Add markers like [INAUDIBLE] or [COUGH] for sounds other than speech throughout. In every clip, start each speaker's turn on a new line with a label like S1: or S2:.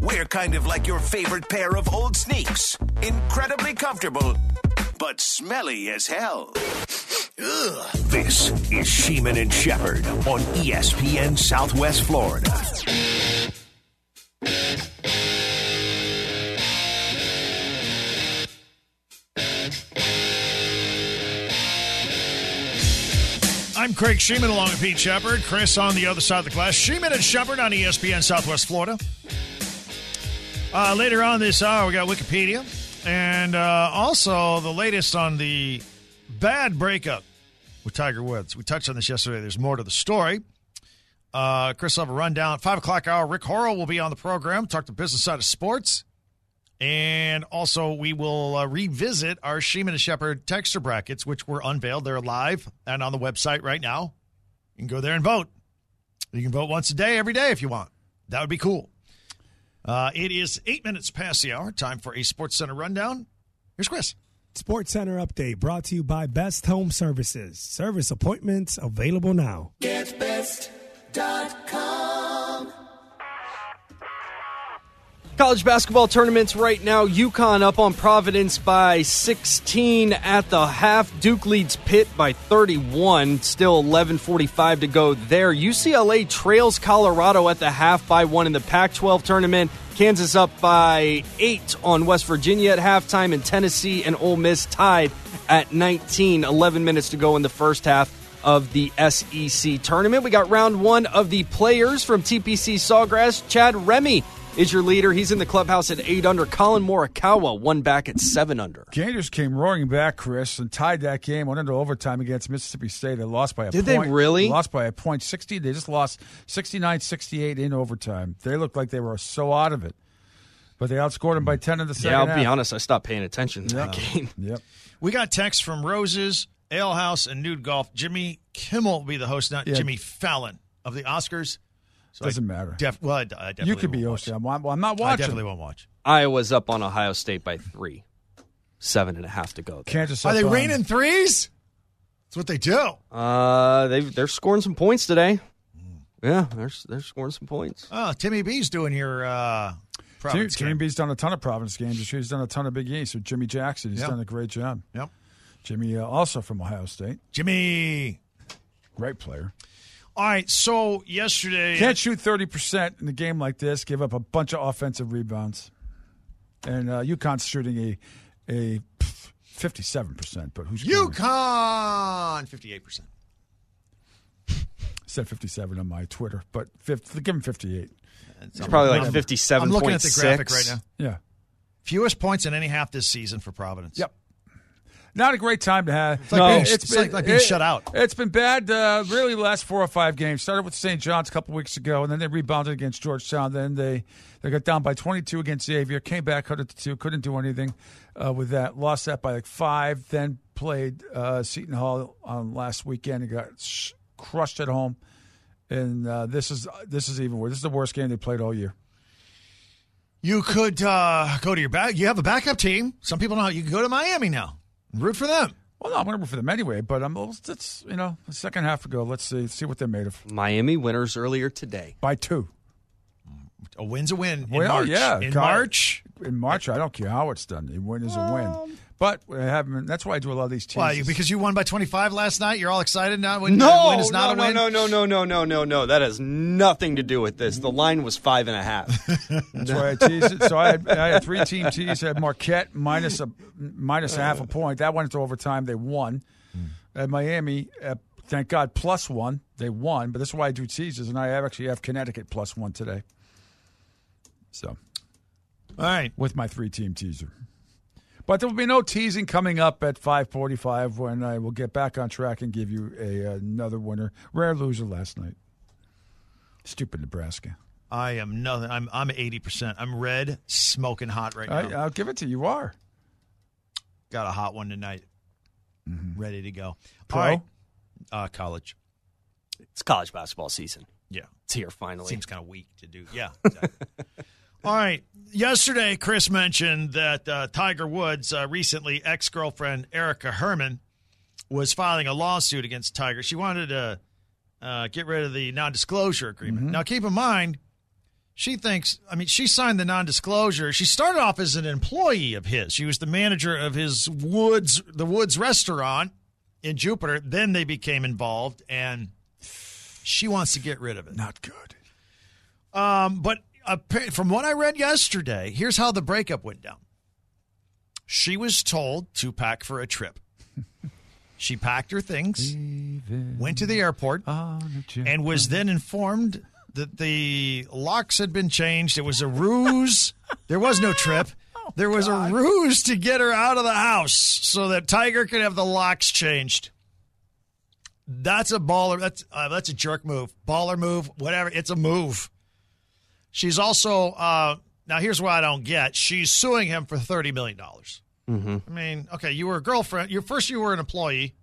S1: They're kind of like your favorite pair of old sneaks. Incredibly comfortable, but smelly as hell. Ugh. This is Sheeman and Shepherd on E ESPN Southwest Florida.
S2: I'm Craig Sheeman along with Pete Shepard. Chris on the other side of the glass. Sheeman and Shepard on E ESPN Southwest Florida. Uh, later on this hour, we got Wikipedia and uh, also the latest on the bad breakup with Tiger Woods. We touched on this yesterday. There's more to the story. Uh, Chris will have a rundown at 5 o'clock hour. Rick Horrell will be on the program, talk the business side of sports. And also, we will uh, revisit our Sheeman and Shepherd texture brackets, which were unveiled. They're live and on the website right now. You can go there and vote. You can vote once a day, every day if you want. That would be cool. Uh, it is eight minutes past the hour. Time for a Sports Center rundown. Here's Chris.
S3: Sports Center update brought to you by Best Home Services. Service appointments available now.
S4: GetBest.com.
S5: College basketball tournaments right now. UConn up on Providence by 16 at the half. Duke leads Pitt by 31. Still 11:45 to go there. UCLA trails Colorado at the half by one in the Pac-12 tournament. Kansas up by eight on West Virginia at halftime, and Tennessee and Ole Miss tied at 19. 11 minutes to go in the first half of the SEC tournament. We got round one of the players from TPC Sawgrass. Chad Remy is your leader. He's in the clubhouse at eight under. Colin Morikawa one back at seven under.
S6: Gators came roaring back, Chris, and tied that game. Went into overtime against Mississippi State. They lost by a
S5: Did they
S6: point.
S5: really?
S6: lost by a point 60. They just lost 69-68 in overtime. They looked like they were so out of it. But they outscored them by 10 in the second
S5: Yeah, I'll
S6: half.
S5: be honest. I stopped paying attention to that game. [LAUGHS]
S6: Yep.
S2: We got texts from Roses, Ale House, and Nude Golf. Jimmy Kimmel will be the host, not
S6: Yeah.
S2: Jimmy Fallon of the Oscars. So
S6: Doesn't
S2: I
S6: matter.
S2: Def- well, I, d- I definitely
S6: you could be
S2: won't watch.
S6: hosting. I'm, I'm not
S2: I
S6: watching.
S2: definitely won't watch.
S5: Iowa's up on Ohio State by three. Seven and a half to go. There.
S6: Kansas
S2: Are they
S6: up on-
S2: raining threes? That's what they do.
S5: Uh, they they're scoring some points today. Yeah, they're they're scoring some points.
S2: Oh, Timmy B's doing your uh,
S6: Dude,
S2: Providence
S6: Jimmy
S2: game.
S6: B's done a ton of Providence games. this year. He's done a ton of Big East. So Jimmy Jackson, he's
S2: Yep.
S6: done a great job.
S2: Yep.
S6: Jimmy, uh, also from Ohio State,
S2: Jimmy.
S6: great player.
S2: All right. So yesterday,
S6: Can't shoot thirty percent in a game like this. Give up a bunch of offensive rebounds, and uh, UConn's shooting a a fifty-seven percent. But who's counting?
S2: UConn, fifty-eight percent.
S6: said fifty-seven on my Twitter? But 50, give him fifty-eight.
S5: It's probably like
S2: I'm-
S5: fifty-seven.
S2: I'm looking at the graphic right now.
S6: Yeah.
S2: Fewest points in any half this season for Providence.
S6: Yep. Not a great time to have.
S2: like
S5: No. being-
S6: it's
S2: it's like- like being shut out.
S6: It's been bad, uh, really, the last four or five games. Started with St. John's a couple weeks ago, and then they rebounded against Georgetown. Then they, they got down by 22 against Xavier, came back 102, couldn't do anything uh, with that. Lost that by like five, then played uh, Seton Hall on last weekend and got sh- crushed at home. And uh, this is this is even worse. This is the worst game they played all year.
S2: You could uh, go to your back. You have a backup team. Some people know how you can go to Miami now. and Root for them.
S6: Well, no, I'm going to root for them anyway, but I'm. It's you know, the second half ago. Let's see, see what they're made of.
S5: Miami winners earlier today.
S6: By two.
S2: A win's a win in
S6: Well,
S2: March.
S6: yeah,
S2: in
S6: God.
S2: March.
S6: in March, I don't care how it's done. A win is a win. But I haven't, that's why I do a lot of these teams.
S2: Why? Because you won by 25 last night. You're all excited now. When
S5: No,
S2: a win is not
S5: no,
S2: a win.
S5: no, no, no, no, no, no, no. That has nothing to do with this. The line was five and a half.
S6: that's
S2: [LAUGHS]
S6: why I tease it. So I had, I had three team teas. I had Marquette minus a minus a
S2: Uh.
S6: half a point. That went into overtime. They won.
S2: Hmm.
S6: At Miami, uh, thank God, plus one. They won. But that's why I do teases, and I have- actually have Connecticut plus one today. So
S2: All right.
S6: with my three team teaser. But there will be no teasing coming up at 5:45 when I will get back on track and give you a, another winner. Rare loser last night. Stupid Nebraska.
S2: I am nothing. I'm I'm 80. percent I'm red, smoking hot right
S6: I,
S2: now.
S6: I'll give it to you. You are
S2: Got a hot one tonight. Ready to go.
S6: pro.
S2: All right. Uh, college.
S5: [LAUGHS] it's college basketball season.
S2: Yeah.
S5: It's here finally.
S2: Seems kind of weak to do. Yeah. exactly. All right. Yesterday, Chris mentioned that uh, Tiger Woods' uh, recently ex girlfriend, Erica Herman, was filing a lawsuit against Tiger. She wanted to uh, get rid of the non disclosure agreement. Now, keep in mind, she thinks, I mean, she signed the non disclosure. She started off as an employee of his. She was the manager of his Woods, the Woods restaurant in Jupiter. Then they became involved, and she wants to get rid of it.
S6: Not good.
S2: Um, but appa- from what I read yesterday, here's how the breakup went down. She was told to pack for a trip. [LAUGHS] she packed her things, went to the airport, and was then informed that the locks had been changed. It was a ruse. there was no trip. There was a ruse to get her out of the house so that Tiger could have the locks changed. That's a baller. That's uh, that's a jerk move. Baller move. Whatever. It's a move. She's also uh, now. Here's what I don't get. She's suing him for thirty million dollars. I mean, okay, you were a girlfriend. You first you were an employee.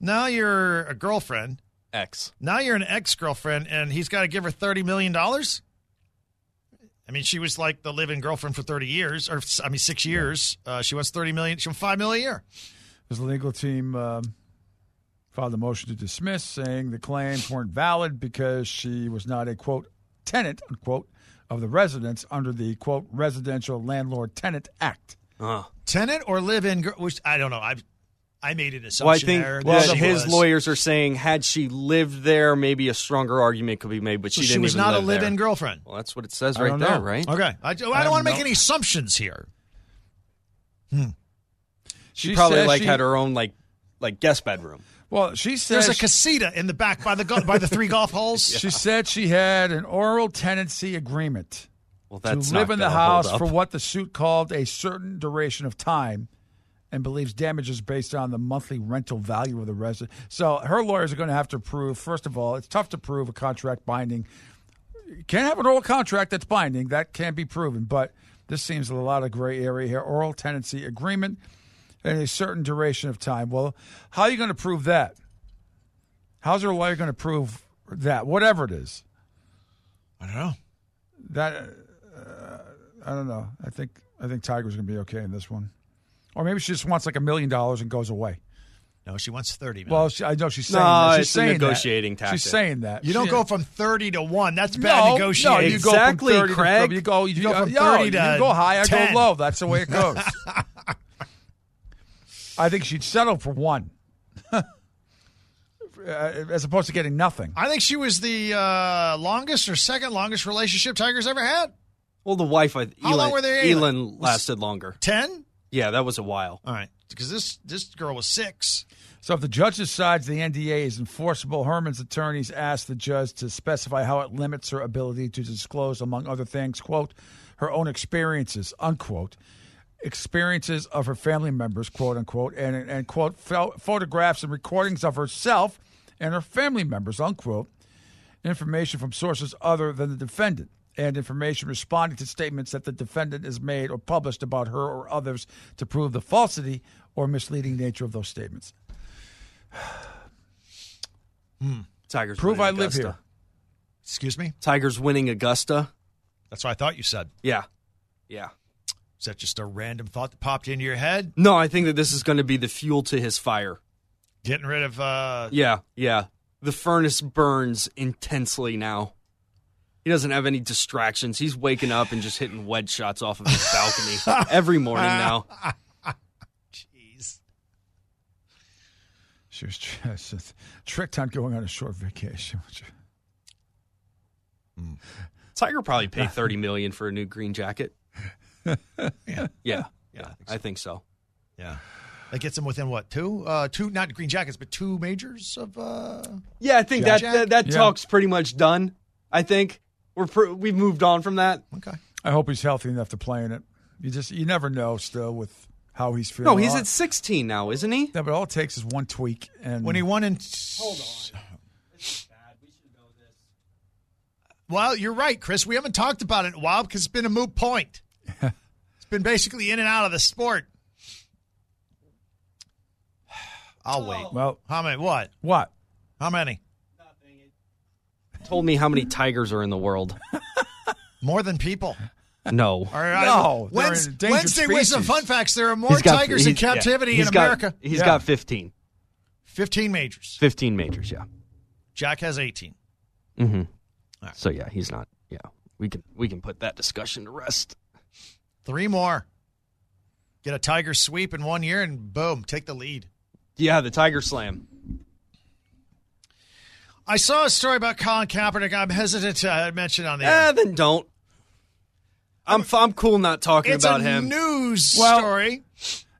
S2: Now you're a girlfriend.
S5: X.
S2: Now you're an ex girlfriend, and he's got to give her thirty million dollars. I mean, she was like the living girlfriend for thirty years, or I mean, six years. Uh, she wants thirty million. She wants five million a year.
S6: His legal team um, filed a motion to dismiss, saying the claims weren't valid because she was not a quote tenant unquote of the residence under the quote Residential Landlord Tenant Act.
S5: Uh.
S2: Tenant or live in? gir- Which I don't know. I I made an assumption
S5: Well, I think
S2: there.
S5: that
S2: that she
S5: his
S2: was.
S5: lawyers are saying had she lived there, maybe a stronger argument could be made. But
S2: So
S5: she
S2: she
S5: didn't
S2: was
S5: even
S2: not a
S5: live there.
S2: live-in girlfriend.
S5: Well, that's what it says
S6: I
S5: right
S6: don't
S5: there,
S6: know.
S5: right?
S2: Okay, I, I don't
S6: have
S2: want to make
S6: no-
S2: any assumptions here.
S5: She, probably
S6: says
S5: like
S6: she-
S5: had her own like like guest bedroom.
S6: Well, she says
S2: There's a casita in the back by the go- by the three golf
S5: [LAUGHS]
S2: holes.
S6: she said she had an oral tenancy agreement.
S5: Well, that's
S6: to
S5: not
S6: live in the
S5: gonna hold
S6: house
S5: up.
S6: for what the suit called a certain duration of time and believes damages based on the monthly rental value of the resident. So her lawyers are going to have to prove, first of all, it's tough to prove a contract binding. You can't have an oral contract that's binding. That can't be proven. But this seems a lot of gray area here. Oral tenancy agreement and a certain duration of time. Well, how are you going to prove that? How's her lawyer going to prove that? Whatever it is.
S2: I don't know.
S6: That uh, I don't know. I think I think Tiger's going to be okay in this one, or maybe she just wants like a million dollars and goes away.
S2: No, she wants thirty. man.
S6: Well, she, I know she's saying
S5: No,
S6: that. She's
S5: it's a
S6: saying that.
S5: negotiating tactic.
S6: She's saying that
S2: you don't
S6: She-
S2: go from thirty to one. That's bad
S6: no,
S2: negotiating.
S6: No, you
S5: Exactly,
S6: go from 30 to-
S5: Craig.
S6: you go, you
S2: You go from
S6: yo,
S2: 30 to
S6: you go high, I
S2: 10.
S6: go low. That's the way it goes.
S5: [LAUGHS]
S6: I think she'd settle for one, [LAUGHS] Uh, as opposed to getting nothing.
S2: I think she was the uh, longest or second longest relationship Tiger's ever had.
S5: Well, the wife, I,
S2: How
S5: Elon,
S2: long were they-
S5: Elon lasted longer.
S2: Ten.
S5: Yeah, that was a while.
S2: All right, because this this girl was six.
S6: So if the judge decides the NDA is enforceable, Herman's attorneys asked the judge to specify how it limits her ability to disclose, among other things, quote, her own experiences, unquote, experiences of her family members, quote unquote, and, and quote, pho- photographs and recordings of herself and her family members, unquote, information from sources other than the defendant, and information responding to statements that the defendant has made or published about her or others to prove the falsity or misleading nature of those statements.
S5: Tigers
S6: Prove I
S5: winning
S6: live
S5: Augusta.
S6: here.
S2: Excuse me.
S5: Tigers winning Augusta.
S2: That's what I thought you said.
S5: Yeah, yeah.
S2: Is that just a random thought that popped into your head?
S5: No, I think that this is going to be the fuel to his fire.
S2: Getting rid of. Uh,
S5: Yeah, yeah. The furnace burns intensely now. He doesn't have any distractions. He's waking up and just hitting wedge shots off of his
S2: [LAUGHS]
S5: balcony every morning now.
S2: Jeez.
S6: She was tr- [LAUGHS] she was tricked on going on a short vacation. which-
S5: Tiger
S2: [LAUGHS]
S5: probably paid thirty million for a new green jacket.
S2: Yeah.
S5: Yeah,
S2: Yeah, I think so.
S5: I think so.
S2: Yeah. That gets him within what two? Uh, two not green jackets, but two majors of. Uh...
S5: Yeah, I think
S2: Jack-
S5: that that, that
S6: Yeah.
S5: talk's pretty much done. I think we're pr- we've moved on from that.
S2: Okay.
S6: I hope he's healthy enough to play in it. You just you never know still with how he's feeling.
S5: No, he's
S6: All-
S2: uh,
S5: at sixteen now, isn't he?
S6: Yeah, but all it takes is one tweak, and
S2: When he won in. Hold on. Well, you're right, Chris. We haven't talked about it in a while because it's been a moot
S6: [LAUGHS]
S2: point. it's been basically in and out of the sport. I'll wait.
S6: well,
S2: How many? What?
S6: what?
S2: How many?
S5: Told me how many tigers are in
S2: [LAUGHS]
S5: the world.
S2: More than people.
S5: No,
S2: All right.
S6: No, they're
S2: Wednes-
S6: an endangered
S2: Wednesday with some
S6: species.
S2: fun facts. There are more
S5: He's got-
S2: tigers in
S5: he's- yeah,
S2: captivity
S5: he's
S2: in
S5: got-
S2: America.
S5: He's
S6: Yeah.
S5: got fifteen.
S2: 15 majors.
S5: 15 majors, yeah.
S2: Jack has 18.
S5: Mm-hmm. So yeah, he's not. Yeah, we can we can put that discussion to rest.
S2: Three more. Get a Tiger sweep in one year and boom, take the lead.
S5: Yeah, the Tiger Slam.
S2: I saw a story about Colin Kaepernick. I'm hesitant to uh, mention on the air.
S5: Eh, then don't. I'm f- I'm cool not talking
S2: it's
S5: about
S2: a
S5: him.
S2: news
S6: Well-
S2: story.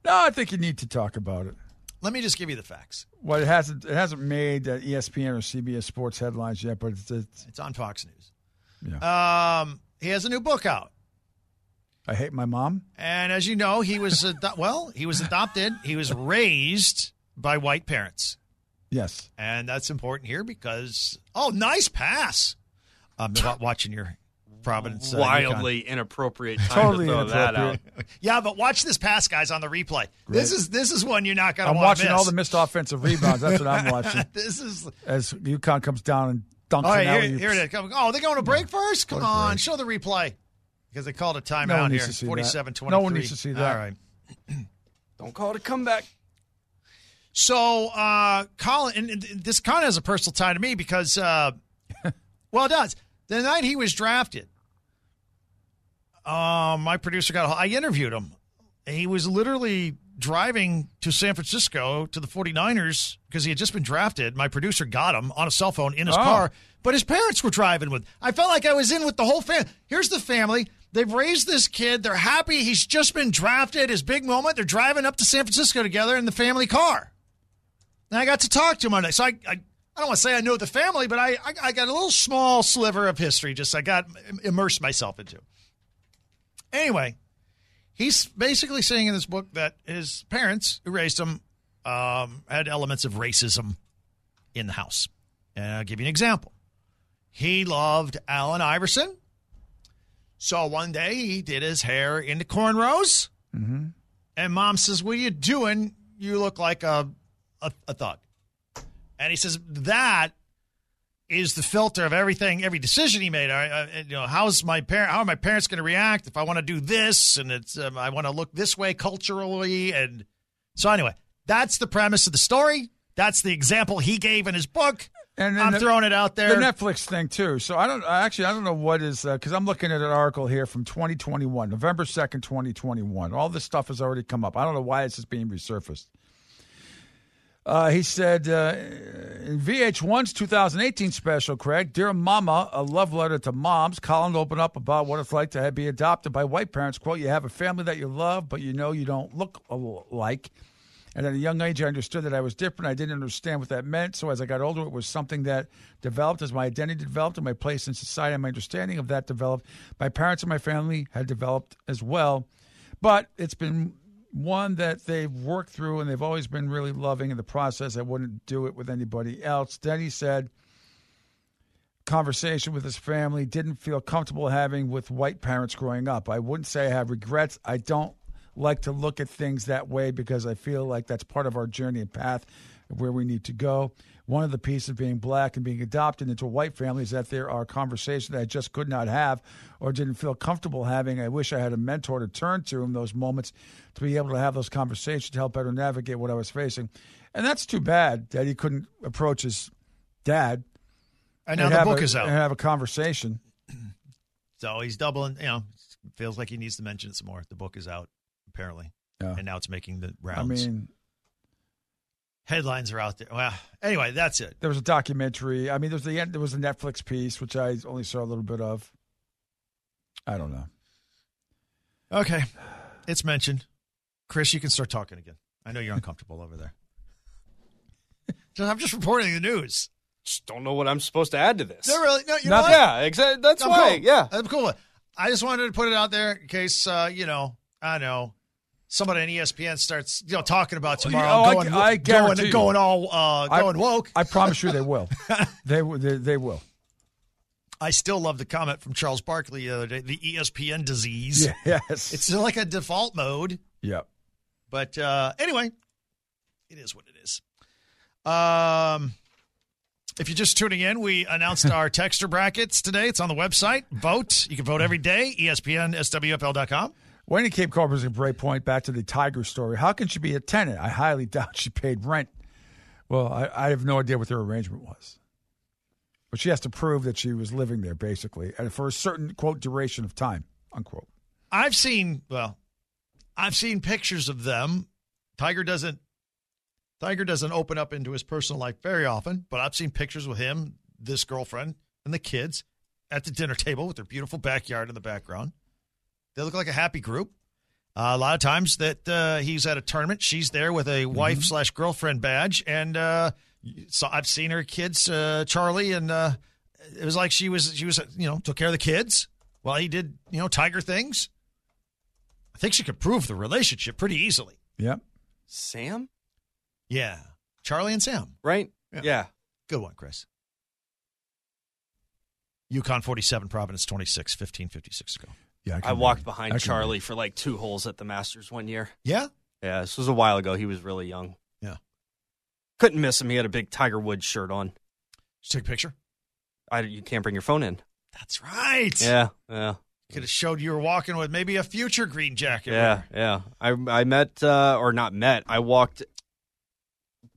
S6: No, I think you need to talk about it.
S2: Let me just give you the facts.
S6: Well, it hasn't it hasn't made uh, ESPN or CBS Sports headlines yet, but it's, it's,
S2: It's on Fox News. Um, he has a new book out.
S6: I hate my mom.
S2: And as you know, he was ado- [LAUGHS] well, he was adopted. He was raised by white parents,
S6: Yes,
S2: [LAUGHS] and that's important here because oh, nice pass. I'm wa- watching your Providence uh,
S5: Wildly inappropriate [LAUGHS] time
S6: Totally
S5: to throw that out.
S6: inappropriate.
S2: UConn. Yeah, but watch this pass, guys, on the replay. This is this is one you're not going to
S6: I'm
S2: want
S6: watching
S2: to miss.
S6: all
S2: [LAUGHS]
S6: the missed offensive rebounds. That's what I'm watching
S2: this is
S6: as UConn comes down and dunks.
S2: all right.
S6: an
S2: Here,
S6: alley-oop.
S2: here it is. Come- Oh, they're going to break first. Come
S6: What a
S2: on,
S6: break.
S2: show the replay because they called a timeout
S6: No one
S2: here.
S6: needs to see that.
S2: 47-23.
S6: No one needs to see that.
S2: All right.
S5: Don't call it a comeback.
S2: So, uh, Colin, and- and this kind of has a personal tie to me because, uh, [LAUGHS] well, it does. The night he was drafted, um, my producer got, a- I interviewed him. He was literally driving to San Francisco to the 49ers because he had just been drafted. My producer got him on a cell phone in his
S6: Oh.
S2: car, but his parents were driving with. I felt like I was in with the whole family. Here's the family. They've raised this kid. They're happy. He's just been drafted. His big moment. They're driving up to San Francisco together in the family car. And I got to talk to him on that. So I, I, I don't want to say I know the family, but I, I, I got a little small sliver of history. Just I got im- immersed myself into. Anyway, he's basically saying in this book that his parents who raised him um, had elements of racism in the house. And I'll give you an example. He loved Allen Iverson. So one day he did his hair into cornrows. And mom says, What are you doing? You look like a, a, a thug. And he says, That is the filter of everything, every decision he made. I, I, you know, how's my parent? How are my parents going to react if I want to do this and it's um, I want to look this way culturally? And so anyway, that's the premise of the story. That's the example he gave in his book.
S6: And then
S2: I'm
S6: the-
S2: throwing it out there.
S6: The Netflix thing too. So I don't I actually I don't know what is because I'm looking at an article here from 2021, November 2nd, 2021. All this stuff has already come up. I don't know why it's just being resurfaced. Uh, he said uh, in VH1's 2018 special, Craig, Dear Mama, a love letter to moms. Colin opened up about what it's like to be adopted by white parents. Quote, You have a family that you love, but you know you don't look alike. And at a young age, I understood that I was different. I didn't understand what that meant. So as I got older, it was something that developed as my identity developed and my place in society and my understanding of that developed. My parents and my family had developed as well. But it's been one that they've worked through and they've always been really loving in the process. I wouldn't do it with anybody else. Then he said, conversation with his family didn't feel comfortable having with white parents growing up. I wouldn't say I have regrets. I don't like to look at things that way because I feel like that's part of our journey and path of where we need to go. One of the pieces of being black and being adopted into a white family is that there are conversations that I just could not have or didn't feel comfortable having. I wish I had a mentor to turn to in those moments to be able to have those conversations to help better navigate what I was facing. And that's too bad that he couldn't approach his dad
S2: and now
S6: and
S2: the
S6: have
S2: book
S6: a-
S2: is out.
S6: And have a conversation.
S2: So he's doubling, you know, feels like he needs to mention it some more. The book is out, apparently.
S6: Yeah.
S2: And now it's making the
S6: I
S2: rounds.
S6: mean,
S2: Headlines are out there. Well, anyway, that's it.
S6: there was a documentary. I mean, there was the there was a Netflix piece which I only saw a little bit of. I don't know.
S2: Okay. It's mentioned. Chris, you can start talking again. I know you're uncomfortable over there. So I'm just reporting the news.
S5: Just don't know what I'm supposed to add to this.
S2: No, really. No, you know
S5: Not-
S2: what?
S5: yeah, exactly. That's
S2: I'm
S5: why.
S2: cool.
S5: Yeah.
S2: I'm cool. I just wanted to put it out there in case, uh, you know, I know. Somebody E on ESPN starts, you know, talking about tomorrow.
S6: Oh, I-
S2: going,
S6: I guarantee
S2: going,
S6: you.
S2: going all, uh, going woke.
S6: I promise you, they will.
S2: [LAUGHS]
S6: they, will- they they will.
S2: I still love the comment from Charles Barkley the other day the E ESPN disease.
S6: Yes.
S2: It's like a default mode.
S6: yeah.
S2: But uh, anyway, it is what it is. Um, if you're just tuning in, we announced our texture brackets today. It's on the website. Vote. You can vote every day, E espnswfl.com.
S6: Wendy Cape Cod was a great point. Back to the Tiger story. How can she be a tenant? I highly doubt she paid rent. Well, I, I have no idea what their arrangement was. But she has to prove that she was living there, basically, and for a certain quote duration of time, unquote.
S2: I've seen well, I've seen pictures of them. Tiger doesn't Tiger doesn't open up into his personal life very often, but I've seen pictures with him, this girlfriend, and the kids at the dinner table with their beautiful backyard in the background. They look like a happy group. Uh, a lot of times that uh, he's at a tournament, she's there with a wife slash girlfriend badge, and uh, so I've seen her kids, uh, Charlie, and uh, it was like she was she was you know took care of the kids while he did you know Tiger things. I think she could prove the relationship pretty easily.
S6: Yep.
S5: Sam?
S2: Yeah, Charlie and Sam.
S5: Right?
S2: Yeah.
S5: yeah.
S2: Good one, Chris. Yukon 47, Providence 26, 15, 56 ago.
S6: Yeah,
S5: I
S6: can
S5: walked
S6: read.
S5: behind
S6: I can
S5: Charlie for like two holes at the Masters one year.
S2: Yeah?
S5: Yeah, this was a while ago. He was really young.
S2: Yeah.
S5: Couldn't miss him. He had a big Tiger Woods shirt on.
S2: Just take a picture.
S5: I, you can't bring your phone in.
S2: That's right.
S5: Yeah, yeah,
S2: Could have showed you were walking with maybe a future green jacket.
S5: yeah, yeah. I I met uh, or not met. I walked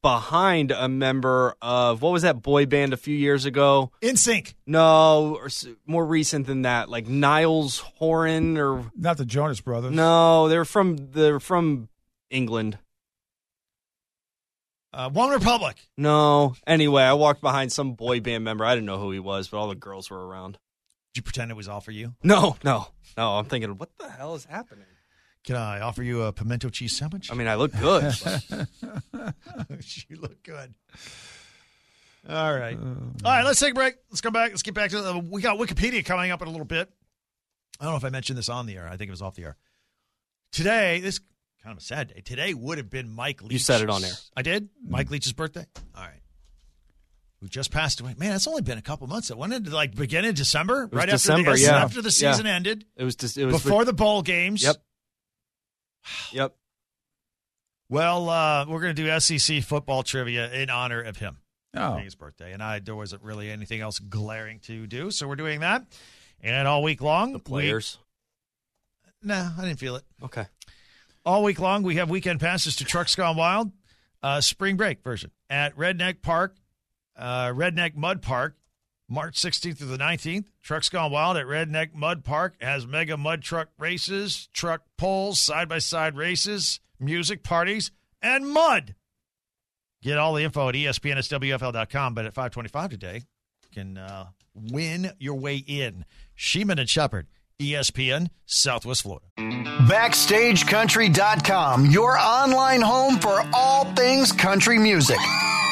S5: behind a member of what was that boy band a few years ago?
S2: In sync.
S5: No, or s- more recent than that, like Niles Horan or
S6: read. Not the Jonas Brothers.
S5: no, they're from they're from England.
S2: Uh, One Republic.
S5: No. Anyway, I walked behind some boy band member. I didn't know who he was, but all the girls were around.
S2: Did you pretend it was all for you?
S5: No, no, no. I'm thinking, what the hell is happening?
S2: Can I offer you a pimento cheese sandwich?
S5: I mean, I look good. but-
S2: [LAUGHS] she looked good. All right. All right, let's take a break. Let's come back. Let's get back to the, we got Wikipedia coming up in a little bit. I don't know if I mentioned this on the air. I think it was off the air. Today, this kind of a sad day. Today would have been Mike Leach.
S5: said it on air.
S2: I did? Mike Leach's birthday? All right. Who just passed away. Man, that's only been a couple months. It went into like beginning of December, right after
S5: December,
S2: the,
S5: yeah.
S2: after the
S5: Yeah.
S2: season ended,
S5: it was just it was
S2: before the bowl games.
S5: Yep. Yep.
S2: Well, uh, we're going to do SEC football trivia in honor of him.
S6: Oh.
S2: Today's birthday, and I there wasn't really anything else glaring to do, so we're doing that. And all week long,
S5: The players.
S2: We, nah, I didn't feel it.
S5: Okay.
S2: All week long, we have weekend passes to Trucks Gone Wild, uh, spring break version at Redneck Park, uh, Redneck Mud Park, March 16th through the 19th. Trucks Gone Wild at Redneck Mud Park has mega mud truck races, truck pulls, side by side races, music parties, and mud. Get all the info at E espnswfl.com, but at 525 today, you can uh, win your way in. Sheeman and Shepherd, E ESPN, Southwest Florida.
S4: BackstageCountry.com, your online home for all things country music.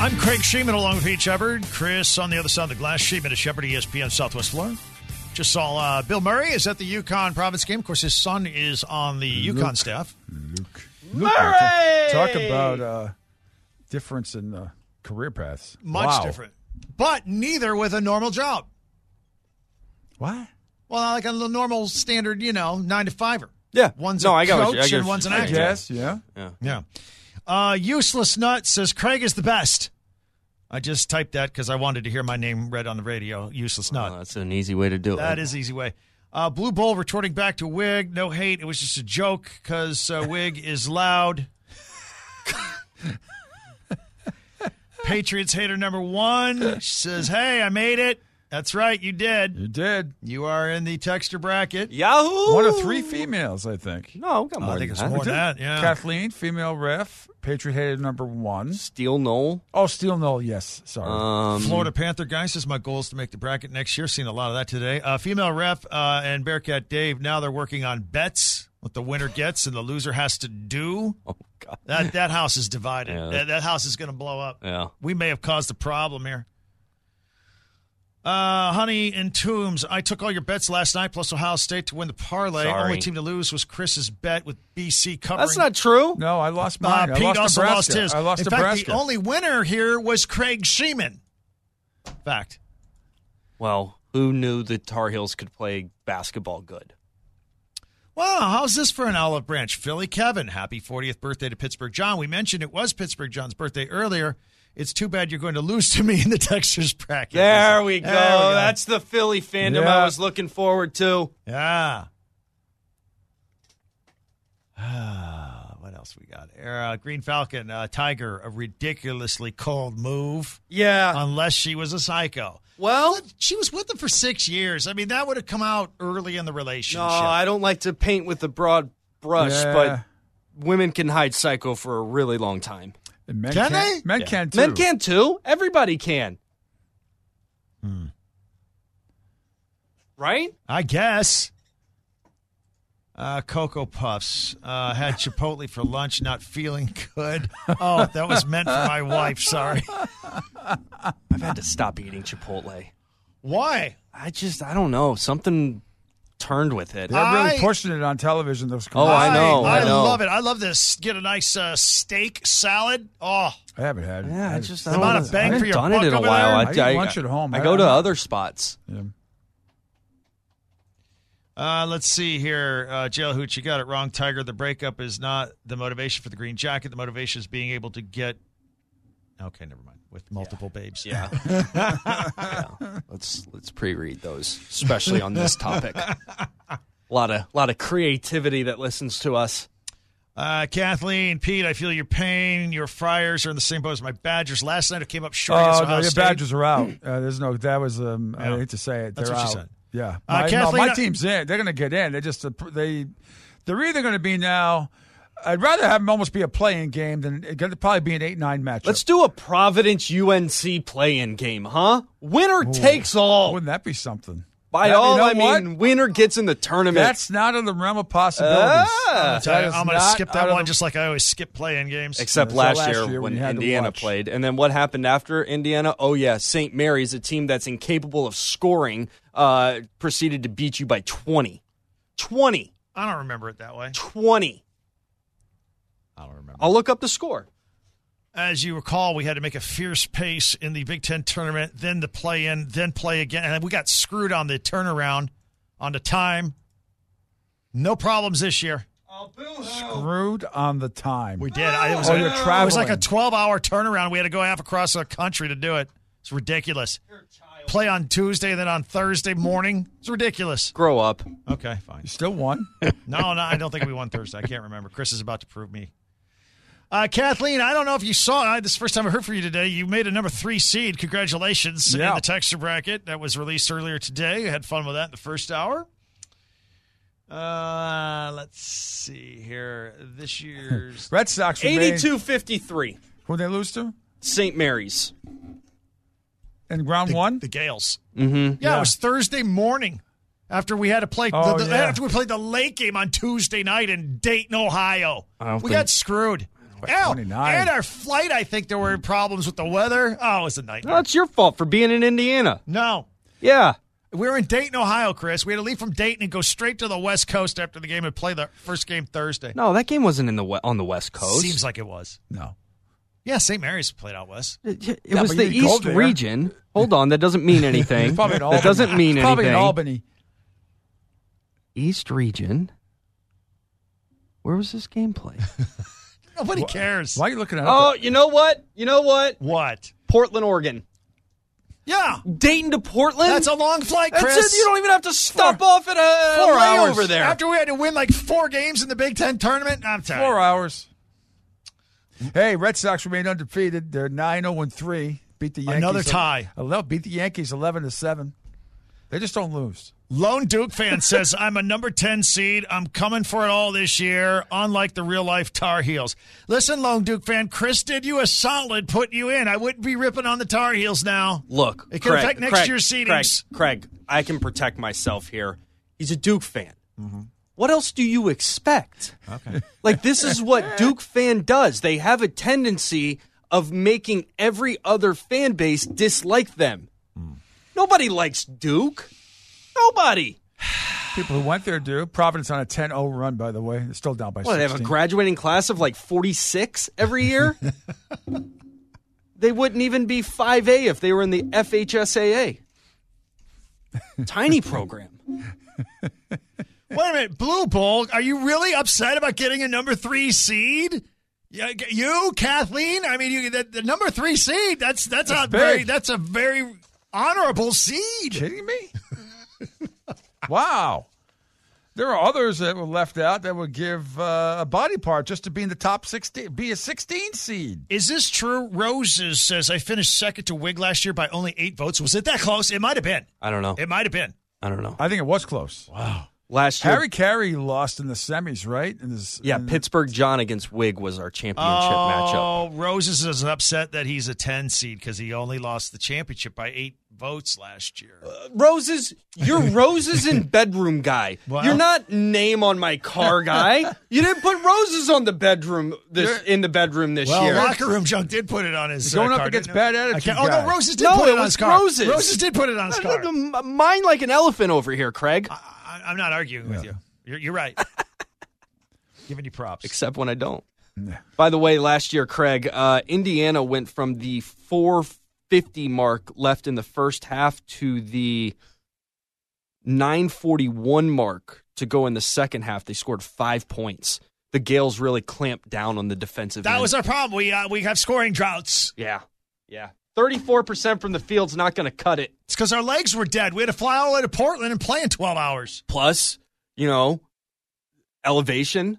S2: I'm Craig Sheeman along with Pete Shepard. Chris on the other side of the glass. Sheeman E is Shepard, ESPN Southwest Florida. Just saw uh, Bill Murray is at the Yukon Province game. Of course, his son is on the Yukon staff.
S6: Luke. Luke Murray! Talk about uh, difference in uh, career paths.
S2: Much
S6: Wow.
S2: different. But neither with a normal job.
S6: What?
S2: Well, like a little normal standard, you know, nine to fiver.
S5: Yeah.
S2: One's
S5: No,
S2: a
S5: I got what
S2: coach
S5: you- I get
S2: and
S5: what
S2: one's an
S5: you- I
S2: actor.
S5: get-
S6: Yes, yeah.
S2: Yeah. Uh, useless Nut says Craig is the best. I just typed that because I wanted to hear my name read on the radio. Useless Nut.
S5: Well, Uh, that's an easy way to do it.
S2: That is easy way. Uh, Blue Bull retorting back to Wig. No hate. It was just a joke because uh, Wig is loud. Patriots hater number one says, "Hey, I made it. That's right, you did.
S6: You did.
S2: You are in the texture bracket.
S5: Yahoo.
S6: One of three females, I think.
S5: No, we got more.
S2: I think
S5: than
S2: it's
S5: that.
S2: more than that. Yeah,
S6: Kathleen, female ref, Patriot hated number one.
S5: Steel Knoll.
S6: Oh, Steel Null, yes. Sorry.
S5: Um,
S2: Florida Panther guy says my goal is to make the bracket next year. Seen a lot of that today. Uh, female ref uh, and Bearcat Dave. Now they're working on bets. What the winner gets and the loser has to do.
S5: Oh God.
S2: That that house is divided.
S5: Yeah.
S2: That, that house is going to blow up.
S5: Yeah.
S2: We may have caused a problem here. Uh, honey and Tombs, I took all your bets last night plus Ohio State to win the parlay.
S7: Sorry.
S2: Only team to lose was Chris's bet with BC covering.
S5: That's not true.
S6: No, I lost
S2: Uh,
S6: mine. I
S2: Pete
S6: lost
S2: also
S6: Nebraska.
S2: lost his.
S6: I lost
S2: In
S6: Nebraska.
S2: fact, the only winner here was Craig Sheeman. Fact.
S7: Well, who knew the Tar Heels could play basketball good?
S2: Wow, how's this for an olive branch? Philly Kevin, happy 40th birthday to Pittsburgh John. We mentioned it was Pittsburgh John's birthday earlier. It's too bad you're going to lose to me in the [LAUGHS] Texas bracket.
S5: There we go.
S2: There we go.
S5: That's the Philly fandom
S6: Yeah.
S5: I was looking forward to.
S2: Yeah. [SIGHS] Ah, what else we got? here? Uh, Green Falcon, uh, Tiger, a ridiculously cold move,
S5: Yeah.
S2: unless she was a psycho.
S5: Uh. well,
S2: She was with him for six years. I mean, that would have come out early in the
S5: no,
S2: relationship.
S5: I don't like to paint with a broad brush,
S6: Yeah.
S5: but women can hide psycho for a really long time.
S6: And men
S2: Can
S6: can,
S2: they?
S6: Men
S2: Yeah.
S6: can too.
S5: Men can too. Everybody can.
S2: Hmm.
S5: Right?
S2: I guess. Uh, Cocoa Puffs. Uh, had Chipotle for lunch, not feeling
S5: [LAUGHS]
S2: good. Oh, that was meant for my wife. Sorry.
S5: I've had to stop eating Chipotle.
S2: Why?
S5: I just, I don't know. Something turned with it.
S6: They're really
S2: I-
S6: pushing it on television. Those
S5: Oh, I know,
S2: I,
S5: I know.
S2: love it. I love this. Get a nice uh, steak salad. Oh,
S6: I haven't had. it.
S5: yeah, I
S6: haven't-
S5: just,
S2: The
S5: I don't
S2: amount
S5: know.
S2: of bang
S5: I haven't
S2: for your
S5: done it
S2: buck
S5: in a
S2: over
S5: while.
S6: there. I eat lunch at home.
S5: I
S6: I
S5: go to
S6: don't-
S5: other spots.
S6: Yeah.
S2: Uh, let's see here. Uh, Jail Hooch, you got it wrong. Tiger, the breakup is not the motivation for the green jacket. The motivation is being able to get. Okay, never mind. With multiple babes.
S5: Yeah. [LAUGHS] Yeah. Let's let's pre-read those, especially on this topic. A [LAUGHS] lot of lot of creativity that listens to us.
S2: Uh, Kathleen, Pete, I feel your pain. Your Friars are in the same boat as my Badgers. Last night it came up short. against
S6: Oh,
S2: Ohio
S6: no, your
S2: State.
S6: Badgers
S2: [CLEARS THROAT]
S6: are out. Uh, there's no. That was. Um,
S2: Yeah.
S6: I hate to say it. They're
S2: That's what
S6: out.
S2: she said.
S6: Yeah.
S2: Uh,
S6: My, no,
S2: Kathleen,
S6: my
S2: I-
S6: team's in. They're going to get in. They just uh, pr- they they're either going to be now. I'd rather have them almost be a playing game than it could probably be an eight nine matchup.
S5: Let's do a Providence UNC play-in game, huh? Winner takes all.
S6: Wouldn't that be something?
S5: By
S6: That- you
S5: all
S6: know
S5: I
S6: what?
S5: mean, winner gets in the tournament.
S6: That's not in the realm of possibilities.
S5: Ah.
S2: Tell you,
S6: That is
S2: I'm going to
S6: not
S2: skip
S6: out
S2: that
S6: of
S2: one
S6: the-
S2: just like I always skip playing games.
S5: Except
S6: Yeah, so
S5: last,
S6: last
S5: year,
S6: year
S5: when
S6: we had to
S5: Indiana
S6: watch.
S5: played. And then what happened after Indiana? Oh, yeah, St. Mary's, a team that's incapable of scoring, uh, proceeded to beat you by 20. 20.
S2: I don't remember it that way.
S5: 20.
S2: I don't remember.
S5: I'll look up the score.
S2: As you recall, we had to make a fierce pace in the Big Ten tournament, then the play in, then play again. And we got screwed on the turnaround, on the time. No problems this year.
S6: Screwed on the time.
S2: We did. I, it was
S6: Oh,
S2: like,
S6: you're
S2: It was like a
S6: traveling.
S2: 12 hour turnaround. We had to go half across the country to do it. It's ridiculous. Play on Tuesday, then on Thursday morning. It's ridiculous.
S5: Grow up.
S2: Okay, fine.
S6: You [LAUGHS] still won.
S2: [LAUGHS] No, no, I don't think we won Thursday. I can't remember. Chris is about to prove me. Uh, Kathleen, I don't know if you saw. I, this is the first time I heard from you today. You made a number three seed. Congratulations in
S6: Yeah.
S2: the texture bracket that was released earlier today. I had fun with that in the first hour. Uh, let's see here. This year's
S6: Red Sox remain-
S5: 82 53.
S6: Who they lose to
S5: St. Mary's.
S6: in round one?
S2: the Gales. Mm-hmm. Yeah, it was Thursday morning after we had to play.
S6: Oh,
S2: the, the-
S6: yeah.
S2: After we played the late game on Tuesday night in Dayton, Ohio,
S5: don't
S2: we
S5: think-
S2: got screwed. Ow,
S6: 29.
S2: and our flight, I think there were problems with the weather. Oh, it was a
S5: No,
S2: nightmare.
S5: it's your fault for being in Indiana.
S2: No.
S5: Yeah.
S2: We were in Dayton, Ohio, Chris. We had to leave from Dayton and go straight to the West Coast after the game and play the first game Thursday.
S5: No, that game wasn't in the we- on the West Coast.
S2: Seems like it was.
S6: no.
S2: Yeah, St. Mary's played out west.
S5: it it
S6: Yeah,
S5: was
S6: but
S5: the
S6: you didn't go
S5: East
S6: there.
S5: region. Hold on, that
S6: [LAUGHS]
S5: doesn't mean anything.
S2: [LAUGHS]
S6: Probably in Albany.
S5: that doesn't
S6: It's
S5: mean anything.
S6: Probably in Albany.
S5: East region. Where was this game [LAUGHS] played?
S2: Nobody cares.
S6: Why are you looking at
S5: oh, you know what? You know what?
S2: What?
S5: Portland, Oregon.
S2: Yeah,
S5: Dayton to Portland?
S2: that's a long flight,
S5: That's
S2: Chris.
S5: it. You don't even have to stop off at a, a
S6: four
S5: layover
S6: hours.
S5: there.
S2: After we had to win like four games in the Big Ten tournament, I'm tired.
S6: Four hours. Hey, Red Sox remain undefeated. They're 9 0 3. Beat the Yankees.
S2: Another tie.
S6: Ele- Beat the Yankees 11 to 7. They just don't lose.
S2: Lone Duke fan says, [LAUGHS] I'm a number 10 seed. I'm coming for it all this year, unlike the real life Tar Heels. Listen, Lone Duke fan, Chris did you a solid putting you in. I wouldn't be ripping on the Tar Heels now.
S5: Look,
S2: It could
S5: Craig,
S2: affect next
S5: Craig,
S2: year's
S5: Craig,
S2: seedings.
S5: Craig, I can protect myself here. He's a Duke fan. What else do you expect? Okay. [LAUGHS] Like this is what Duke fan does. They have a tendency of making every other fan base dislike them. Nobody likes Duke. Nobody.
S6: People who went there do. Providence on a 10-0 run, by the way. They're still down by
S5: What, they
S6: 16.
S5: have a graduating class of like 46 every year? they wouldn't even be 5A if they were in the FHSAA. Tiny program.
S2: Wait a minute, Blue Bowl. Are you really upset about getting a number three seed? Yeah, g- You, Kathleen. I mean, you, the, the number three seed. That's that's, not
S6: big.
S2: very. That's a very honorable seed.
S6: kidding me? [LAUGHS] wow. There are others that were left out that would give uh, a body part just to be in the top 16, be a 16 seed.
S2: Is this true? Roses says I finished second to Wig last year by only eight votes. Was it that close? It might have been.
S7: I don't know.
S2: It might have been.
S7: I don't know.
S6: I think it was close.
S5: Last year,
S6: Harry Carey lost in the semis, right? In this,
S7: yeah,
S6: in-
S7: Pittsburgh John against Wig was our championship matchup.
S2: Mm. Oh, Roses is upset that he's a ten seed because he only lost the championship by eight votes last year.
S5: Roses,
S2: [LAUGHS]
S5: you're Roses and bedroom guy.
S2: Wow.
S5: You're not name on
S2: [LAUGHS]
S5: my car guy. you didn't put Roses on the bedroom this in the bedroom this
S2: Well,
S5: year.
S2: locker room junk did put it on his.
S6: Going
S2: uh,
S6: up
S2: card,
S6: against
S2: didn't it?
S6: bad attitude
S2: I can't- Oh no,
S6: guy.
S2: Roses did
S5: No,
S2: put it, on
S5: it was
S2: his card.
S5: Roses.
S2: did put
S5: [LAUGHS]
S2: it on his card.
S5: Mine like an elephant over here, Craig.
S2: I, I'm not arguing with you. You're, you're right. Giving you props.
S5: except when I don't. By the way, last year, Craig, uh, Indiana went from the 450 mark left in the first half to the 941 mark to go in the second half. They scored five points. The Gales really clamped down on the defensive.
S2: that
S5: end.
S2: was our problem. We uh, we have scoring droughts.
S5: yeah, yeah. 34 percent from the field's not going to cut it.
S2: It's because our legs were dead. We had to fly all the way to Portland and play in 12 hours.
S5: Plus, you know, elevation,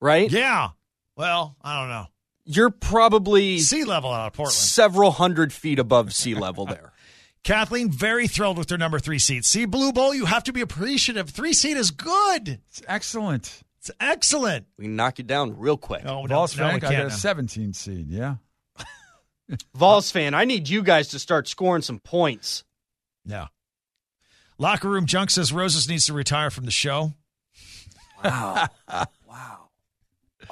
S5: right?
S2: Yeah. Well, I don't know.
S5: You're probably
S2: Sea level out of Portland.
S5: several hundred feet above
S2: [LAUGHS]
S5: sea level there.
S2: Kathleen very thrilled with their number three seed. See, Blue Bowl, you have to be appreciative. Three seed is good.
S6: It's excellent.
S2: It's excellent. Oh,
S5: We can knock you down real quick.
S2: No, no,
S6: Vols
S2: no, we
S6: Frank, I got
S2: can't.
S6: a
S2: now.
S6: 17 seed,
S5: [LAUGHS]
S6: yeah.
S5: Vols fan, I need you guys to start scoring some points.
S2: Yeah. Locker room junk says Roses needs to retire from the show.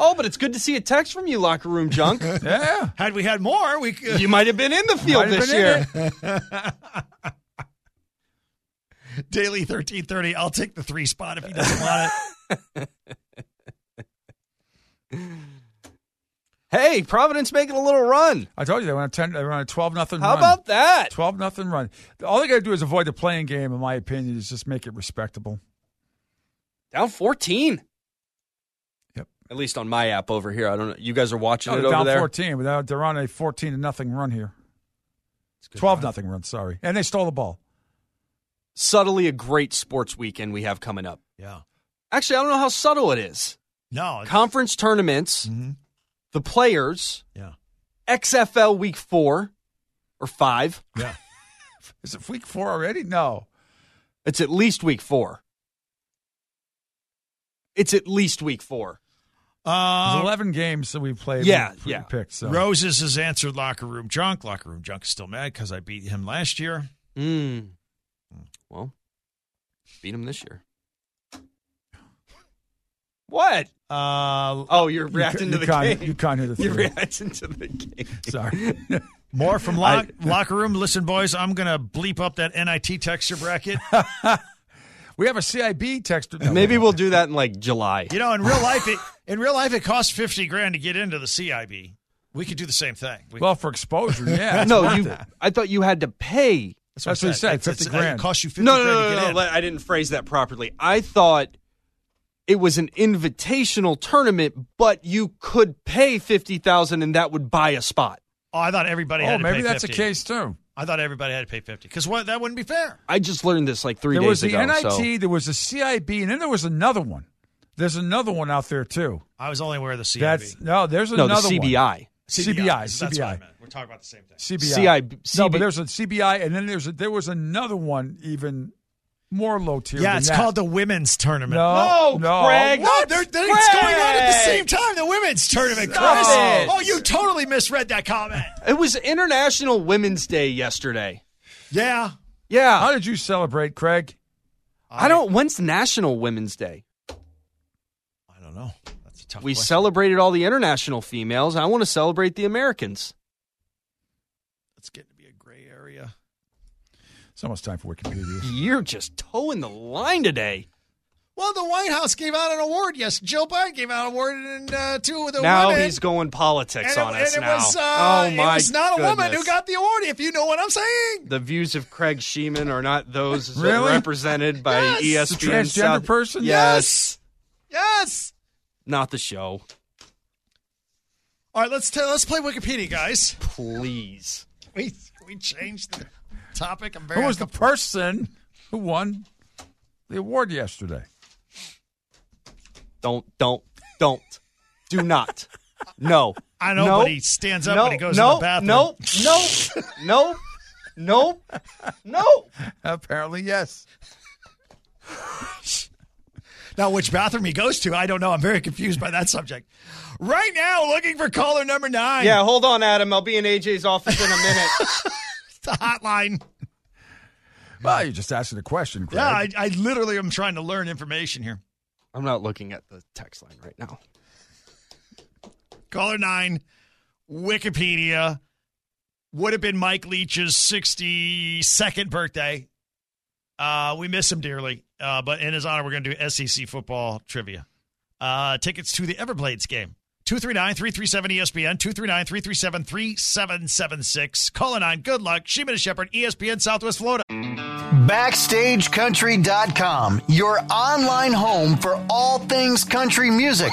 S5: Oh, but it's good to see a text from you, locker room
S6: [LAUGHS]
S5: junk.
S6: Yeah.
S2: Had we had more, we could.
S5: you might have been in the field
S6: Might have
S5: this
S6: been in
S5: year.
S2: [LAUGHS] Daily thirteen thirty. I'll take the three spot if he doesn't want it.
S5: Hey, Providence making a little run.
S6: I told you they were on a 10, they were on a 12 nothing
S5: How
S6: run.
S5: about that?
S6: 12 nothing run. All they got to do is avoid the playing game, in my opinion, is just make it respectable.
S5: Down 14.
S6: Yep.
S5: At least on my app over here. I don't know. You guys are watching
S6: No,
S5: it
S6: they're
S5: over
S6: Oh, down
S5: there.
S6: 14, but they're- they're on a 14 to nothing run here. 12 nothing run, sorry. And they stole the ball.
S5: Subtly a great sports weekend we have coming up.
S2: Yeah.
S5: Actually, I don't know how subtle it is.
S2: No. it's-
S5: Conference tournaments,
S6: Mm-hmm.
S2: Mhm.
S5: the players,
S2: Yeah.
S5: XFL week four or five.
S2: Yeah.
S6: Is it week four already? No.
S5: It's at least week four. It's at least week four.
S6: There's
S2: Uh,
S6: 11 games that we played.
S5: Um, Yeah,
S6: we, we
S5: yeah.
S6: Picked, so.
S2: Roses has answered locker room junk. Locker room junk is still mad because I beat him last year.
S5: Mm. Well, beat him this year. What?
S2: Uh,
S5: Oh, [LAUGHS] you're
S6: You ca-
S5: reacting
S6: you
S5: to the
S6: can't,
S5: game.
S6: You can't hit the
S5: [LAUGHS] You're
S6: three.
S5: reacting to the game. [LAUGHS]
S6: Sorry.
S2: more from lock, locker room. Listen, boys, I'm gonna bleep up that nit texture bracket.
S6: we have a CIB text. no,
S5: Maybe
S6: we
S5: we'll do that in like July.
S2: You know, in real life, it in real life it costs fifty grand to get into the CIB. We could do the same thing. We,
S6: don't. Well, for exposure,
S5: [LAUGHS]
S6: yeah.
S5: [LAUGHS] No, you. I thought you had to pay.
S6: That's what he said, 50 grand.
S2: It costs you fifty
S5: No, no,
S2: grand
S5: no,
S2: to get
S5: no,
S2: in.
S5: no. let- I didn't phrase that properly. I thought it was an invitational tournament, but you could pay fifty thousand, and that would buy a spot.
S2: Oh, I thought everybody.
S6: oh,
S2: had to
S6: maybe
S2: pay
S6: that's
S2: 50.
S6: a case, too.
S2: I thought everybody had to pay fifty because what that wouldn't be fair.
S5: I just learned this like three
S6: There
S5: days
S6: was the
S5: ago.
S6: NIT,
S5: so-
S6: there was a CIB, and then there was another one. There's another one out there, too.
S2: I was only aware of the CIB.
S6: That's No, there's
S5: no, the
S6: another one.
S5: CBI.
S6: CBI.
S2: That's what I
S6: CBI.
S2: meant. We're talking about the same thing.
S6: CBI.
S5: CIB.
S6: No, but there's a CBI, and then there's a, there was another one even more low tier.
S2: Yeah,
S6: than
S2: it's
S6: that.
S2: called the women's tournament.
S6: No,
S5: No,
S6: no.
S5: Craig.
S2: What? Oh, They're, they're, it's going on at the
S5: Craig!
S2: same time. The women's tournament,
S5: Stop
S2: Chris.
S5: it.
S2: Oh, you totally misread that comment.
S5: It was International Women's Day yesterday.
S2: yeah.
S5: Yeah,
S6: How did you celebrate, Craig?
S5: I don't. When's National Women's Day?
S2: I don't know. That's a tough.
S5: We
S2: question.
S5: celebrated all the international females. I want to celebrate the Americans.
S2: It's getting to be a gray area.
S6: It's almost time for Wikipedia.
S5: You're just toeing the line today.
S2: Well, the White House gave out an award. Yes, Joe Biden gave out an award, and uh, two of the
S5: now
S2: women.
S5: he's going politics
S2: and
S5: on
S2: it,
S5: us
S2: and it
S5: now.
S2: was uh,
S5: oh my
S2: it was not a woman
S5: goodness.
S2: who got the award. If you know what I'm saying.
S5: the views of Craig Sheeman are not those that
S6: [LAUGHS]
S5: are
S6: Really?
S5: represented by E
S2: Yes.
S5: ESPN.
S6: The transgender
S5: South-
S6: person?
S5: Yes.
S2: Yes.
S5: Not the show.
S2: All right, let's t- let's play Wikipedia, guys.
S5: Please.
S2: We [LAUGHS] we changed the topic. I'm very
S6: Who was the person who won the award yesterday?
S5: Don't, don't, don't. Do not. No.
S2: I know,
S5: no,
S2: but he stands up
S5: no,
S2: when he goes
S5: no,
S2: to the bathroom.
S5: No, no, no, no,
S2: [LAUGHS]
S5: no.
S6: Apparently, yes.
S2: Now, which bathroom he goes to, I don't know. I'm very confused by that subject. Right now, looking for caller number nine.
S5: Yeah, hold on, Adam. I'll be in AJ's office in a minute.
S2: the hotline.
S6: Well, you just asking a question, Craig.
S2: Yeah, I, I literally am trying to learn information here.
S5: I'm not looking at the text line right now.
S2: Caller nine, Wikipedia. Would have been Mike Leach's 62nd birthday. Uh, we miss him dearly, uh, but in his honor, we're going to do SEC football trivia. Uh, tickets to the Everblades game. 239 337 ESPN, 239 337 3776. Caller 9, good luck. Sheeman and Shepherd, E ESPN Southwest Florida.
S4: BackstageCountry.com, your online home for all things country music.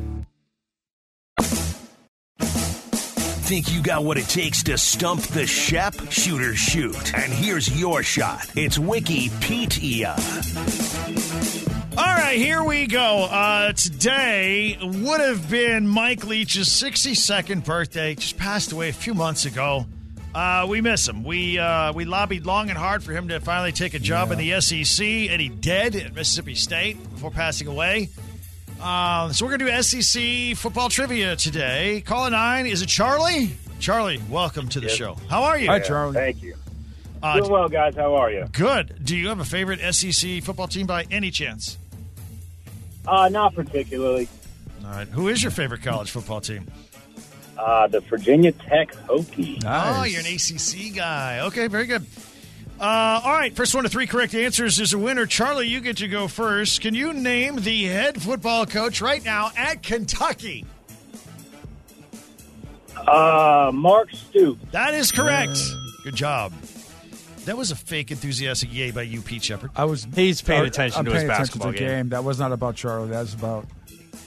S1: Think you got what it takes to stump the Shep? Shooter shoot. And here's your shot. It's Wikipedia.
S2: All right, here we go. Uh, today would have been Mike Leach's 62nd birthday. Just passed away a few months ago. Uh, we miss him. We uh, we lobbied long and hard for him to finally take a job in the SEC, and he did at Mississippi State before passing away. Uh, so we're gonna do SEC football trivia today. Call a nine. Is it Charlie? Charlie, welcome to the show. How are you?
S6: Hi, Charlie.
S8: Thank you.
S2: Uh,
S8: Doing well, guys. How are you?
S2: good. Do you have a favorite SEC football team by any chance?
S8: Uh, not particularly.
S2: All right. Who is your favorite college football team?
S8: Uh, the Virginia Tech Hokie.
S2: Oh, you're an ACC guy. Okay, very good. Uh, all right, first one to three correct answers is a winner. Charlie, you get to go first. Can you name the head football coach right now at Kentucky?
S8: Uh, Mark Stoops.
S2: That is correct. Good job. That was a fake enthusiastic yay by you, Pete Shepard.
S6: I was.
S5: He's paying
S6: I-
S5: attention
S6: I'm
S5: to his
S6: paying attention
S5: basketball
S6: the
S5: game.
S6: That was not about Charlie. That was about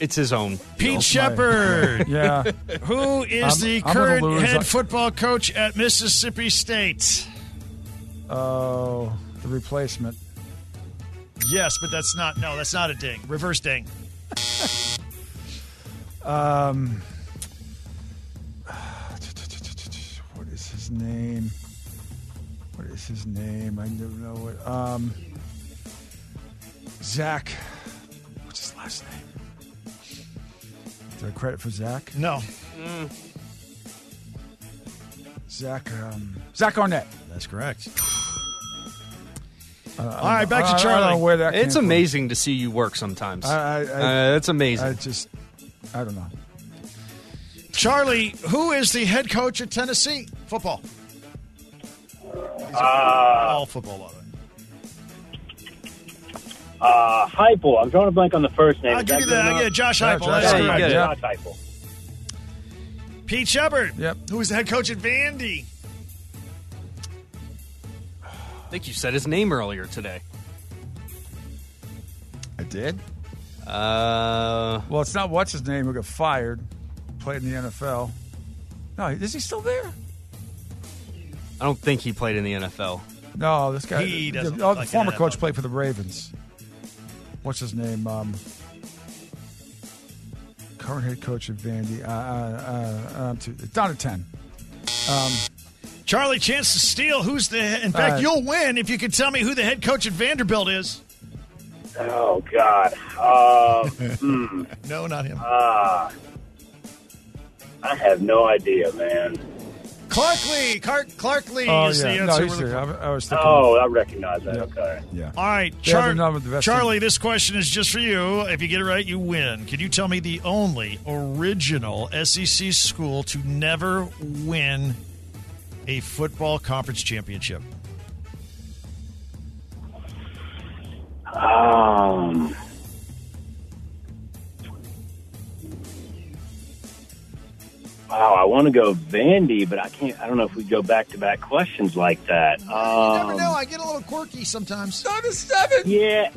S5: It's his own.
S2: Pete
S5: deal.
S2: Shepard,
S6: [LAUGHS] yeah.
S2: who is
S6: I'm-
S2: the
S6: I'm gonna
S2: current
S6: lose.
S2: head
S6: I-
S2: football coach at Mississippi State?
S6: Oh, the replacement.
S2: Yes, but that's not, no, that's not a ding. Reverse ding.
S6: What is his name? What is his name? I don't know it. Um, Zach. What's his last name? Did I credit for Zach?
S2: No.
S6: Zach. Um, Zach Arnett.
S2: That's correct. All right, back to
S6: I- I don't know
S2: Charlie.
S6: where [LAUGHS] that
S5: It's
S6: came from.
S5: amazing to see you work sometimes.
S6: I- I- I-
S5: uh, that's amazing.
S6: I just, I don't know.
S2: Charlie, who is the head coach at Tennessee football? All football, by the way.
S8: Uh, Heupel. I'm drawing a blank on the first name.
S2: I'll
S8: Is
S2: give you
S8: good
S2: the
S8: enough?
S2: yeah, Josh
S6: Yeah,
S2: Heupel.
S6: Josh
S2: That's
S5: Heupel.
S2: correct.
S5: Yeah, you
S8: Josh Heupel.
S2: Pete Shepard.
S6: Yep.
S2: Who is the head coach at Vandy?
S5: I think you said his name earlier today.
S6: I did.
S5: Uh,
S6: Well, it's not what's his name who got fired, played in the NFL. No, is he still there?
S5: I don't think he played in the NFL.
S6: No, this guy.
S2: He
S6: the-
S2: doesn't
S6: the,
S2: look
S6: the
S2: like an
S6: former
S2: NFL.
S6: coach played for the Ravens. What's his name? Um, current head coach of Vandy. Uh, uh, uh, um, two, down to ten.
S2: Charlie, chance to steal. Who's the? In fact,
S6: right.
S2: you'll win if you can tell me who the head coach at Vanderbilt is.
S8: Oh God.
S2: [LAUGHS]
S8: Uh, hmm.
S2: No, not him.
S8: Ah. I have no idea, man.
S2: Clark Lee. Clark, Clark Lee
S6: Oh,
S2: is the
S6: yeah. No,
S2: answer.
S6: he's
S2: We're
S6: there.
S2: looking-
S6: I, I was thinking.
S8: Oh, I recognize that.
S6: Yeah.
S8: Okay.
S6: Yeah.
S2: All right,
S6: They have
S2: Char-
S6: their number, the best
S2: Charlie, this question is just for you. If you get it right, you win. Can you tell me the only original SEC school to never win a football conference championship?
S8: Um. Wow, I want to go Vandy, but I can't. I don't know if we go back to back questions like that. Um,
S2: I get a little quirky sometimes.
S6: Seven, seven.
S8: yeah,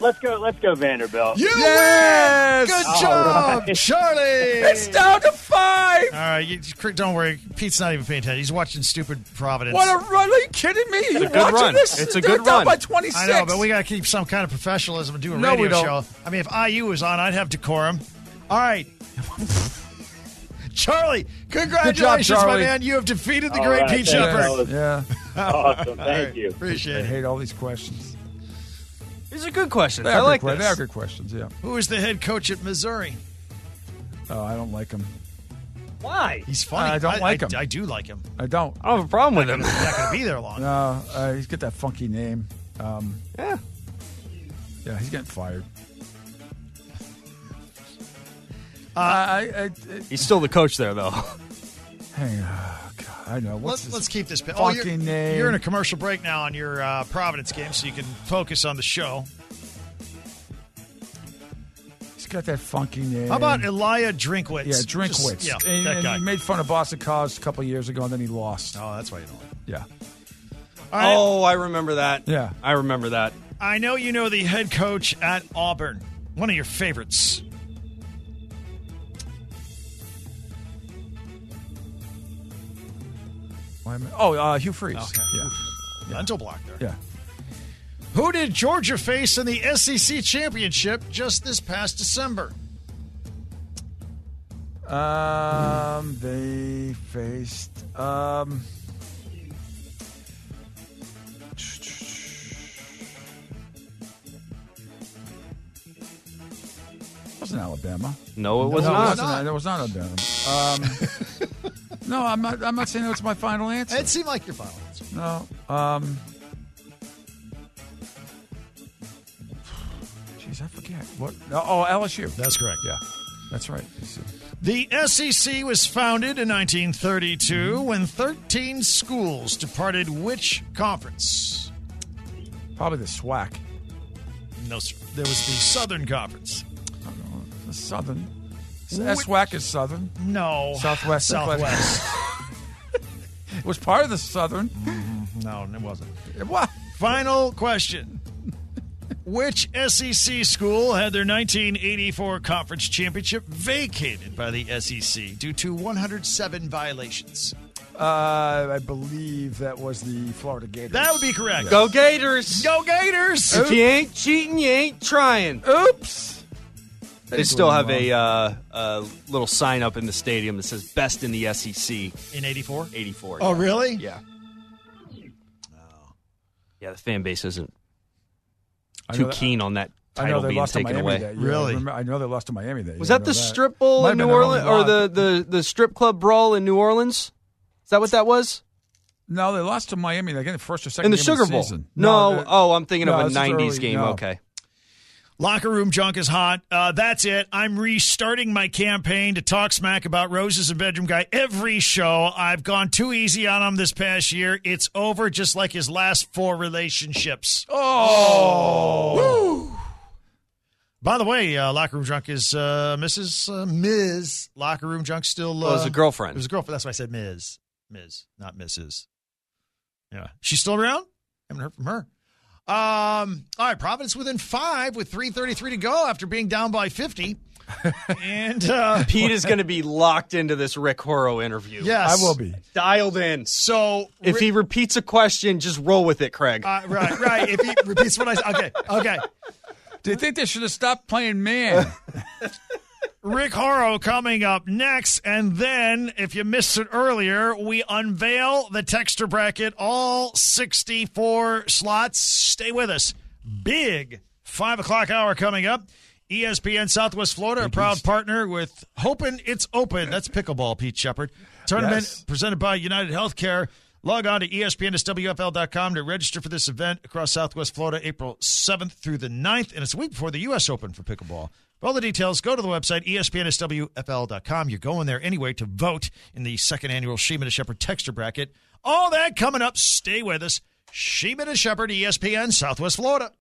S8: let's go. Let's go Vanderbilt.
S2: You
S6: Yes.
S2: win! Good
S8: All
S2: job,
S8: right.
S6: It's
S2: Charlie!
S6: down to five.
S2: All right, you, don't worry. Pete's not even paying attention. He's watching stupid Providence.
S6: What a run! Are you kidding me? It's
S5: a good run.
S6: This?
S5: It's a
S6: They're
S5: good
S6: down
S5: run.
S6: by 26.
S2: I know, but we got to keep some kind of professionalism and do a
S6: No, we
S2: radio
S6: don't.
S2: show. I mean, if IU was on, I'd have decorum. All right. [LAUGHS] Charlie, congratulations, my
S6: Charlie.
S2: man. You have defeated the
S8: All
S2: great
S8: right,
S2: Pete
S8: thank you.
S2: Shepard.
S8: That was
S6: yeah.
S8: awesome. Thank
S2: All right,
S8: you.
S6: I
S2: Appreciate it.
S6: hate all these questions.
S5: These are good questions.
S6: They
S5: I
S6: are,
S5: like
S6: good, que-
S5: this.
S6: they are good questions. Yeah.
S2: Who is the head coach at Missouri?
S6: Oh, I don't like them.
S5: Why?
S2: He's funny.
S6: I don't like him.
S2: I do like him.
S6: I don't.
S5: I don't have a problem with him.
S2: He's not going to be there long.
S6: No, uh, he's got that funky name. Um,
S5: Yeah.
S6: yeah, he's getting fired. Uh, I, I, I,
S5: [LAUGHS] He's still the coach
S6: [LAUGHS]
S5: there, though.
S6: hang on. Oh, God, I know. What's
S2: Let's,
S6: his
S2: let's keep this. pi- oh, you're,
S6: fucking name?
S2: you're in a commercial break now on your uh, Providence game, so you can focus on the show.
S6: He's got that funky name.
S2: How about Elia Drinkwitz?
S6: Yeah, Drinkwitz.
S2: Just- Yeah,
S6: and,
S2: that
S6: and
S2: guy.
S6: he made fun of Boston College a couple of years ago, and then he lost.
S2: oh, that's why you don't like him.
S6: Yeah.
S2: All right.
S5: Oh, I remember that.
S6: Yeah.
S5: I remember that.
S2: I know you know the head coach at Auburn, one of your favorites.
S6: Why am I- Oh, uh, Hugh Freeze.
S2: Okay.
S6: Yeah.
S2: Mental block there.
S6: Yeah.
S2: Who did Georgia face in the SEC championship just this past December?
S6: Um, they faced. Um, wasn't Alabama?
S5: No, it was
S6: no,
S5: not.
S6: It wasn't, it was not Alabama. Um, no, I'm not. I'm not saying that's my final answer.
S2: It seemed like your final answer.
S6: No. Um. Jeez, I forget what. Oh, LSU.
S2: That's correct.
S6: Yeah, that's right. uh,
S2: The SEC was founded in 1932 when 13 schools departed which conference?
S6: Probably the SWAC.
S2: No, sir. There was the Southern Conference.
S6: The Southern.
S2: Which-
S6: SWAC is Southern.
S2: No.
S6: Southwest.
S2: Southwest.
S6: It was part of the Southern.
S2: no, it wasn't.
S6: What?
S2: Final question. Which SEC school had their 1984 conference championship vacated by the SEC due to 107 violations?
S6: Uh, I believe that was the Florida Gators.
S2: That would be correct.
S5: Go Gators!
S2: Go Gators!
S5: If you ain't cheating, you ain't trying.
S6: Oops.
S5: They still have a, uh, a little sign up in the stadium that says "Best in the E SEC
S2: In 84?
S5: '84."
S2: Oh, really?
S5: Yeah. Yeah, the fan base isn't
S6: I know
S5: too
S6: that-
S5: keen on that
S6: I know
S5: title
S6: they
S5: being
S6: lost to
S5: taken
S6: Miami
S5: away.
S6: that year.
S2: Really?
S6: I, remember- I know they lost to Miami that year.
S5: Was
S6: I
S5: that
S6: know
S5: the strip bowl
S6: Might have
S5: in
S6: been
S5: New
S6: their
S5: Orleans,
S6: only
S5: or
S6: loss.
S5: the, the the strip club brawl in New Orleans? Is that what that was?
S6: No, they lost to Miami again, the first or second
S5: In the
S6: game
S5: Sugar
S6: of the
S5: Bowl?
S6: season.
S5: No.
S6: the-
S5: oh, I'm thinking
S6: no,
S5: of a
S6: this is
S5: '90s
S6: early-
S5: game.
S6: no. [LAUGHS]
S5: Okay.
S2: Locker room junk is hot. Uh, that's it. I'm restarting my campaign to talk smack about Roses and Bedroom Guy every show. I've gone too easy on him this past year. It's over, just like his last four relationships.
S6: Oh.
S2: By the way, uh, locker room junk is uh, Mrs. Uh, Ms. Locker room junk still. Uh,
S5: Well, Oh, it was a girlfriend.
S2: It was a girlfriend. That's why I said Ms. Ms. Not Mrs. Yeah, she's still around. Haven't heard from her. Um, all right, Providence within five with three thirty-three to go after being down by fifty, and uh,
S5: Pete is going to be locked into this Rick Horro interview.
S6: I
S2: yes,
S6: will be.
S5: Dialed in.
S2: So
S5: If he repeats a question, just roll with it, Craig.
S2: uh, right, right. If he repeats what I said, okay, okay.
S6: Do you think they should have stopped playing
S5: [LAUGHS]
S6: man?
S2: Rick Horro coming up next. And then, if you missed it earlier, we unveil the texture bracket, all 64 slots. Stay with us. Big Five o'clock hour coming up. E ESPN Southwest Florida, a proud partner with Hopin' It's Open. That's pickleball, Pete Shepard. Tournament
S6: Yes.
S2: presented by United Healthcare. Log on to E ESPNSWFL.com to register for this event across Southwest Florida, April 7th through the 9th. And it's a week before the U.S. Open for pickleball. For all the details, go to the website, E ESPNSWFL.com. You're going there anyway to vote in the second annual Sheeman and Shepherd texture E bracket. All that coming up. Stay with us. Sheeman and Shepherd, ESPN, Southwest Florida.